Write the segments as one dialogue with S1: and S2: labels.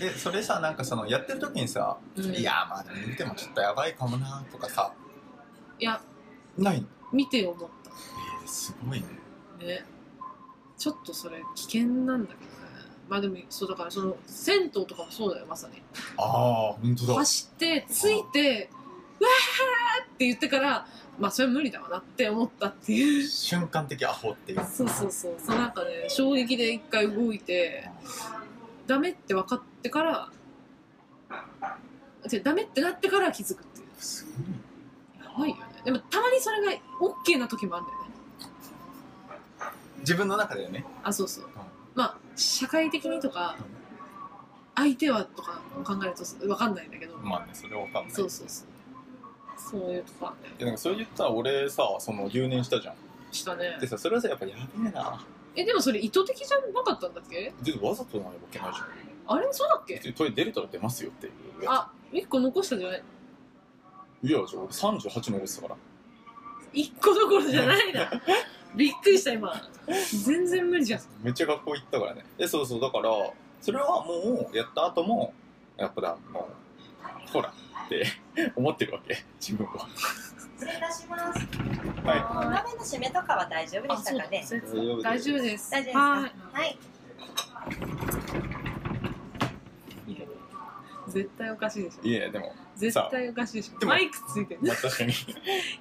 S1: えそれさなんかそのやってる時にさ「
S2: うん
S1: いやまあでも見てもちょっとやばいかもな」とかさ
S2: いや
S1: ない
S2: 見て思っ
S1: えーすごいね
S2: たねちょっとそれ危険なんだけどねまあでもそうだからその銭湯とかもそうだよまさに
S1: ああ本当だ
S2: 走って着いてうわーって言ってからまあそれは無理だわなって思ったっていう
S1: 瞬間的アホっていう
S2: そうそうそうそうなんかね衝撃で一回動いてダメって分かってからじゃダメってなってから気づくっていう
S1: すごいね
S2: やばいよねでもたまにそれが OK な時もあるんだよね
S1: 自分の中でね
S2: あそうそうまあ社会的にとか相手はとか考えると分かんないんだけど、
S1: まあねそれは分かんない
S2: そうそうそうそういうとこあるんだよ
S1: いやなんかそれ言ったら俺さその留年したじゃん
S2: したね
S1: でさそれはさやっぱやべえな
S2: えでもそれ意図的じゃなかったんだっけ
S1: でわざとなわけないじゃん
S2: あれもそうだっけ
S1: 別にトイレ出れたら出ますよっていうや
S2: あ一1個残したんじゃない
S1: ついやじゃあ俺38のやつだから
S2: 1個どころじゃな いなびっくりした今全然無理じゃん
S1: めっちゃ学校行ったからねでそうそうだからそれはもうやった後もやっぱだもうほらって 思ってるわけ自分は
S3: 失礼いたします。
S1: は
S3: お鍋の締めとかは大丈夫でしたかね。
S2: そうだ
S1: 大丈夫です
S2: 大丈夫です
S3: 大丈夫
S2: は
S3: ですか。はい。
S2: いいや絶対おかしいでし
S1: いい
S2: ょ
S1: やでも
S2: 絶対おかしいでし
S1: でも
S2: ょマイクついてる
S1: まあ確かに こ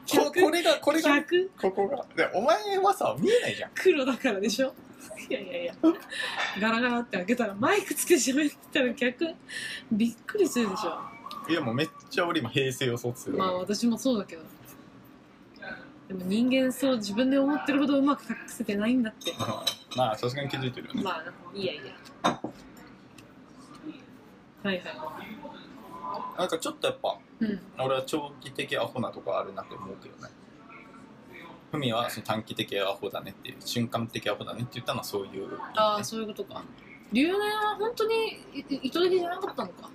S2: 100
S1: これがこれが
S2: 100
S1: ここがでお前はさ見えないじゃん
S2: 黒だからでしょいやいやいやガラガラって開けたらマイクつけて喋ってたら逆びっくりするでしょ
S1: いやもうめっちゃ俺今平成を卒
S2: まあ私もそうだけどでも人間そう自分で思ってるほどうまく隠せてないんだって
S1: まあさすがに気づいてるよね、
S2: まあいいやいいやはいは
S1: なんかちょっとやっぱ
S2: いうん
S1: 俺は長期的アホなとこあるなって思うけどねふみはその短期的アホだねっていう瞬間的アホだねって言ったのはそういう、ね、
S2: ああそういうことか留年は本当にいい意図的じゃなかったのか、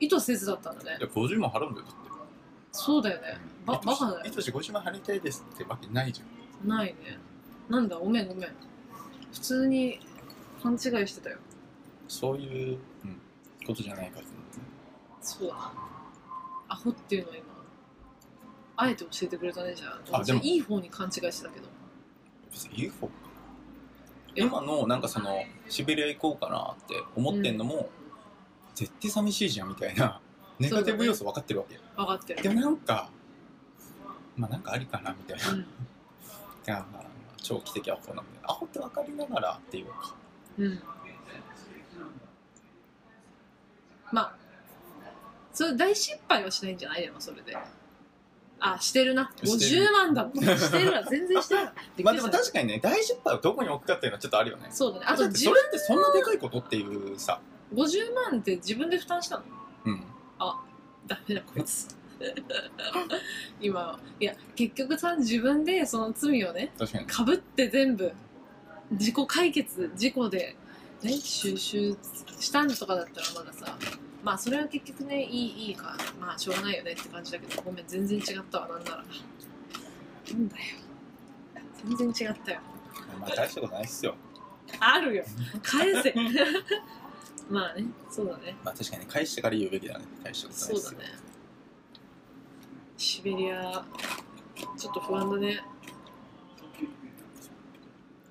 S2: 意図せずだったんだ
S1: いや
S2: ね
S1: 50万払うんだよだって
S2: そうだよねばバカだ
S1: い
S2: よ
S1: とし50万払いたいですってわけないじゃん
S2: ないねなんだごめんごめん普通に勘違いしてたよ
S1: そういう、うんことじゃないからね
S2: そうだなアホっていうのは今あえて教えてくれたねじゃあ
S1: あでも
S2: いい方に勘違いしてたけど
S1: 別に UFO
S2: いや
S1: 今のなんかそのシベリア行こうかなって思ってんのも、絶対寂しいじゃんみたいなネガティブ要素分かってるわけ、
S2: 分かってる
S1: でもなんかまあなんかありかなみたいなあー長期的アホなんでアホって分かりながらっていうか
S2: うん、うん、まあそれ大失敗はしないんじゃないでもそれであしてるな
S1: してる
S2: 50 万だもんしてるわ全然してるわびっ
S1: ま
S2: く
S1: あ
S2: り
S1: で
S2: した
S1: も確かにね大失敗をどこに置くかっていうのはちょっとあるよね
S2: そうだねあと
S1: だってそ
S2: 自
S1: れってそんなでかいことっていうさ
S2: 分50万って自分で負担したの
S1: うん
S2: ダメなこいつ 今いや結局さ自分でその罪をね
S1: 確かに
S2: かぶって全部自己解決事故で、ね、収集したんとかだったらまださまあそれは結局ねいいいいかまあしょうがないよねって感じだけどごめん全然違ったわなんならなんだよ全然違ったよ
S1: まあ大したことないっすよ
S2: あるよ返せ まあねそうだね
S1: まあ確かに返してから言うべきだね大したことない
S2: そ
S1: っ
S2: う
S1: す
S2: だ
S1: よ
S2: ねシベリアちょっと不安だね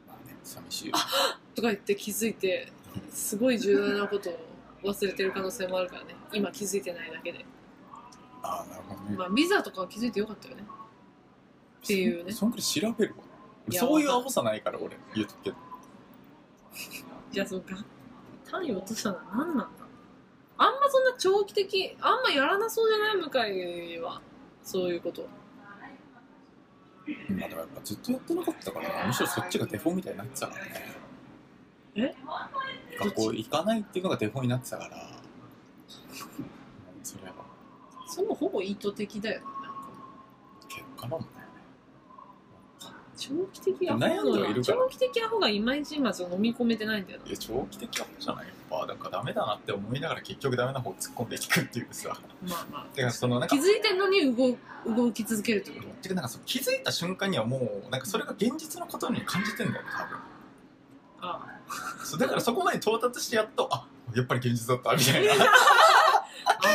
S1: まあね寂しいよ
S2: とか言って気づいてすごい重大なことを忘れてる可能性もあるからね今気づいてないだけで、
S1: ああなるほどね
S2: まあビザとかは気づいてよかったよねっていうね
S1: そそんくらい調べるわ
S2: いや
S1: そういうアホさないから俺言うとくけど
S2: じゃあそうか単位落としたのは何なんだあんまそんな長期的あんまやらなそうじゃない向井はそういうこと
S1: まあでもやっぱずっとやってなかったからねむしろそっちがデフォみたいになってたからね
S2: え
S1: 学校行かないっていうのがデフォになってたから それは
S2: そのほぼ意図的だよねなんか
S1: 結果なんだよ
S2: 長期的アホが
S1: 悩んではいるから
S2: 長期的アホがいまいち今その飲み込めてないんだよない
S1: や長期的なことじゃないやっぱなんかダメだなって思いながら結局ダメな方突っ込んでいくっていうさ
S2: まあま
S1: てかそのなん
S2: あ
S1: か
S2: 気づいてんのに動動き続けるってこと
S1: てかなんかその気づいた瞬間にはもうなんかそれが現実のことに感じてんだよね多分
S2: あ
S1: そうだからそこまで到達してやっとあえやっぱり現実だったみたい ない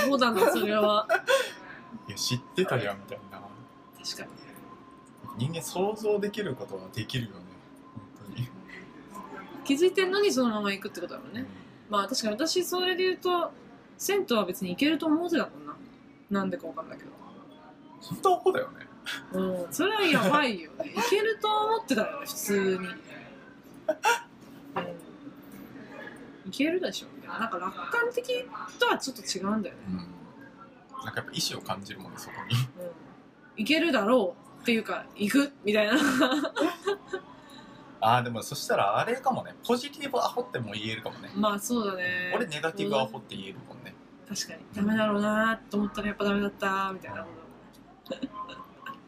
S2: アホだなそれは
S1: や知ってたじゃんみたいな
S2: 確かに
S1: 人間想像できることはできるよね本当に
S2: 気づいてんのにそのまま行くってことだもんねまあ確かに私それで言うと銭湯は別に行けると思うてだもんななんでかわかんないけ
S1: 本当そうだよね
S2: どうんそれはやばいよね行けると思ってたよね普通にうん行けるでしょみたいななんか楽観的とはちょっと違うんだよね、
S1: うんなんかやっぱ意志を感じるもんねそこに
S2: うん、行けるだろうっていうか行くみたいな
S1: ああでもそしたらあれかもねポジティブアホっても言えるかもね
S2: まあそうだね
S1: 俺ネガティブアホって言えるもんね
S2: 確かにダメだろうなと思ったらやっぱダメだったみたいな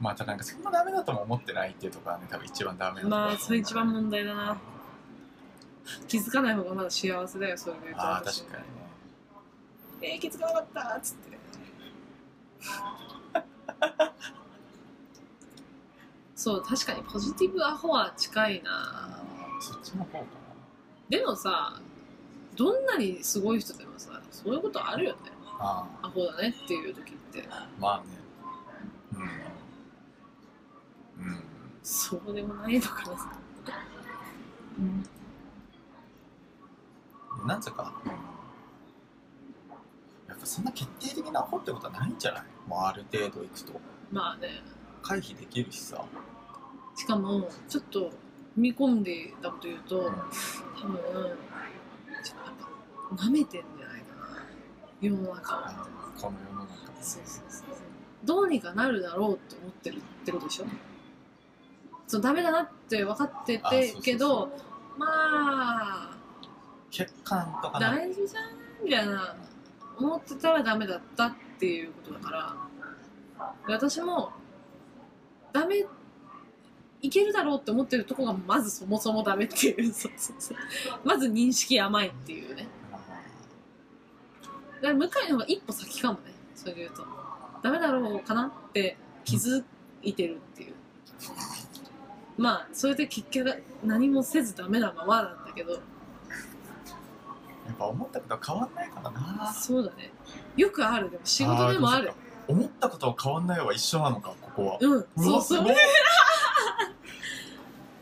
S1: またなんかそんなダメだとも思ってないっていうとこはね多分一番ダメなとこ
S2: まあそれ一番問題だな気づかない方がまだ幸せだよそれで言うと
S1: ああ
S2: 私
S1: 確かにね
S2: えー、気づかなかったっつ ってそう確かにポジティブアホは近いな
S1: あーそっちの方かな
S2: でもさどんなにすごい人でもさそういうことあるよね
S1: あ
S2: アホだねっていう時って
S1: あまあねうんうん
S2: そうでもないのかな
S1: なんつうか、やっぱそんな決定的なアホってことはないんじゃないもうある程度いくと
S2: まあね
S1: 回避できるしさ、
S2: しかもちょっと踏み込んでたこと言うと、多分ちょっとなめてんじゃないかな世の中を
S1: あのこの世の中
S2: そうそうそうそうどうにかなるだろうって思ってるってことでしょそうダメだなって分かって
S1: あそうそう
S2: て
S1: そう
S2: けどま
S1: 血管と
S2: あ
S1: かな
S2: 大事じゃんみたいな思ってたらダメだったっていうことだからで私もダメいけるだろうって思ってるとこがまずそもそもダメっていう そうそうそうまず認識甘いっていうねだから向井の方が一歩先かもねそれで言うとダメだろうかなって気づいてるっていうまあそれで結局何もせずダメなままなんだけど
S1: やっぱ思ったことは変わんないからな
S2: そうだねよくあるでも仕事でもある
S1: ーどうしようか思ったことは変わんないは一緒なのかここは
S2: うんそう
S1: わ
S2: そ
S1: す
S2: う
S1: ごい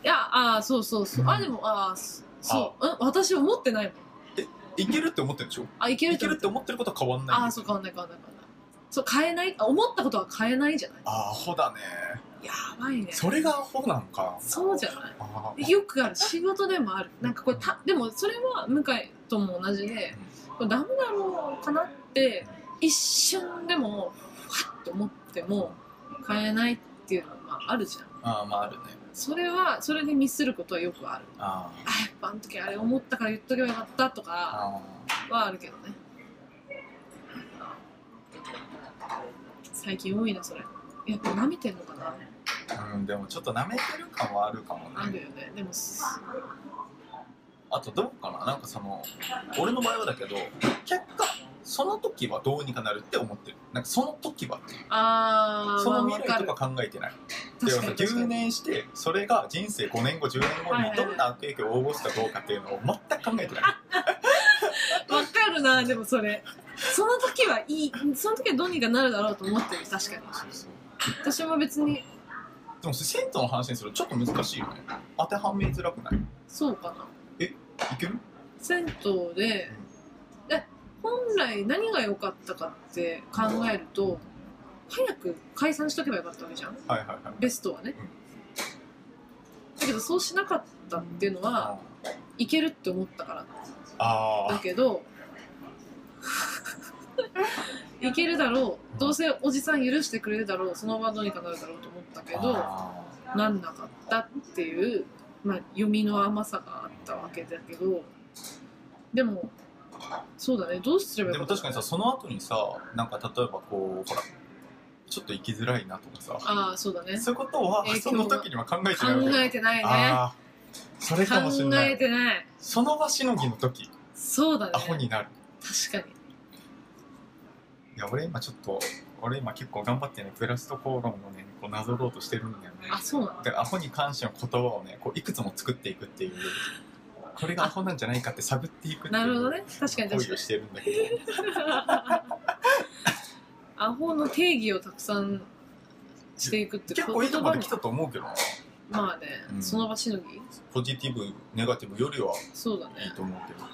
S2: いやああそうそうそうあでもああそそううん私思ってないもん
S1: いけるって思ってるでしょ
S2: あいける
S1: い
S2: と
S1: ける
S2: 思
S1: っ思っ
S2: って
S1: てることは変わんない
S2: ああそう変わんない変わんない変わんないそう変えないあ思ったことは変えないじゃない
S1: あーアホだね
S2: やばいね
S1: それがアホなんか
S2: そうじゃない
S1: あー
S2: よくある仕事でもあるなんかこれたでもそれは向井とも同じでこれダメだろうかなって一瞬でもふわっと思っても変えないっていうのがあるじゃん
S1: あーまああるね
S2: それはそれでミスることはよくある
S1: あ
S2: あやっぱあの時あれ思ったから言っとけばよかったと
S1: ー
S2: か
S1: あ
S2: はあるけどね最近多いなそれやっぱ舐めてんのかな
S1: ーうんでもちょっと舐めてる感はあるかもね
S2: あるよねでもす
S1: あとどうかななんかその俺の場合はだけど結果その時はどうにかなるって思ってるなんかその時はっていう
S2: あー
S1: その
S2: まあ
S1: 未
S2: わか
S1: 来
S2: る
S1: とか考えてないで
S2: 確かに確か
S1: 留
S2: に
S1: 年してそれが人生5年後10年後
S2: はい
S1: に
S2: はい
S1: どんな悪影響を及ぼすかどうかっていうのを全く考えてない
S2: わかるなでもそれその時はいいその時はどうにかなるだろうと思ってる確かに
S1: そうそう
S2: 私も別に
S1: でも銭湯の話にするとちょっと難しいよね当てはめづらくない
S2: そうかない
S1: ける
S2: 銭湯でで本来何が良かったかって考えると早く解散しとけばよかったわけじゃん
S1: はいはいはい
S2: ベストはねだけどそうしなかったっていうのはいけるって思ったから
S1: あ
S2: だ
S1: ー
S2: け どいけるだろうどうせおじさん許してくれるだろうその場はどうにかなるだろうと思ったけど
S1: あ
S2: なんなかったっていう、まあ、読みの甘さがあったわけだけどでもそうだねどうすれ
S1: ー
S2: ば
S1: でも確かにさその後にさなんか例えばこうほらちょっと生きづらいなとかさ
S2: ああそうだね
S1: そういうことは
S2: 影響
S1: その時には考えて
S2: 考
S1: ないわけ
S2: えてないね
S1: ああそれかもしれ
S2: 考
S1: な
S2: え
S1: い
S2: てない
S1: その場しのぎの時
S2: そうだね
S1: アホになる
S2: 確かに
S1: いや俺今ちょっと俺今結構頑張ってねプラストコーロンをねこうなぞろうとしてるんだよね
S2: あそうなんだ
S1: でアホに関しての言葉をねこういくつも作っていくっていうこれがアホなんじゃないかって探っていくっていう
S2: なるほどね確か
S1: 恋
S2: に確か
S1: を
S2: に
S1: してるんだけど
S2: アホの定義をたくさんしていくって
S1: 結構いいとこまで来
S2: 言葉
S1: たと思うけどな
S2: もまあね、
S1: うん
S2: その場しのぎ
S1: ポジティブネガティブよりは
S2: そうだね
S1: いいと思うけど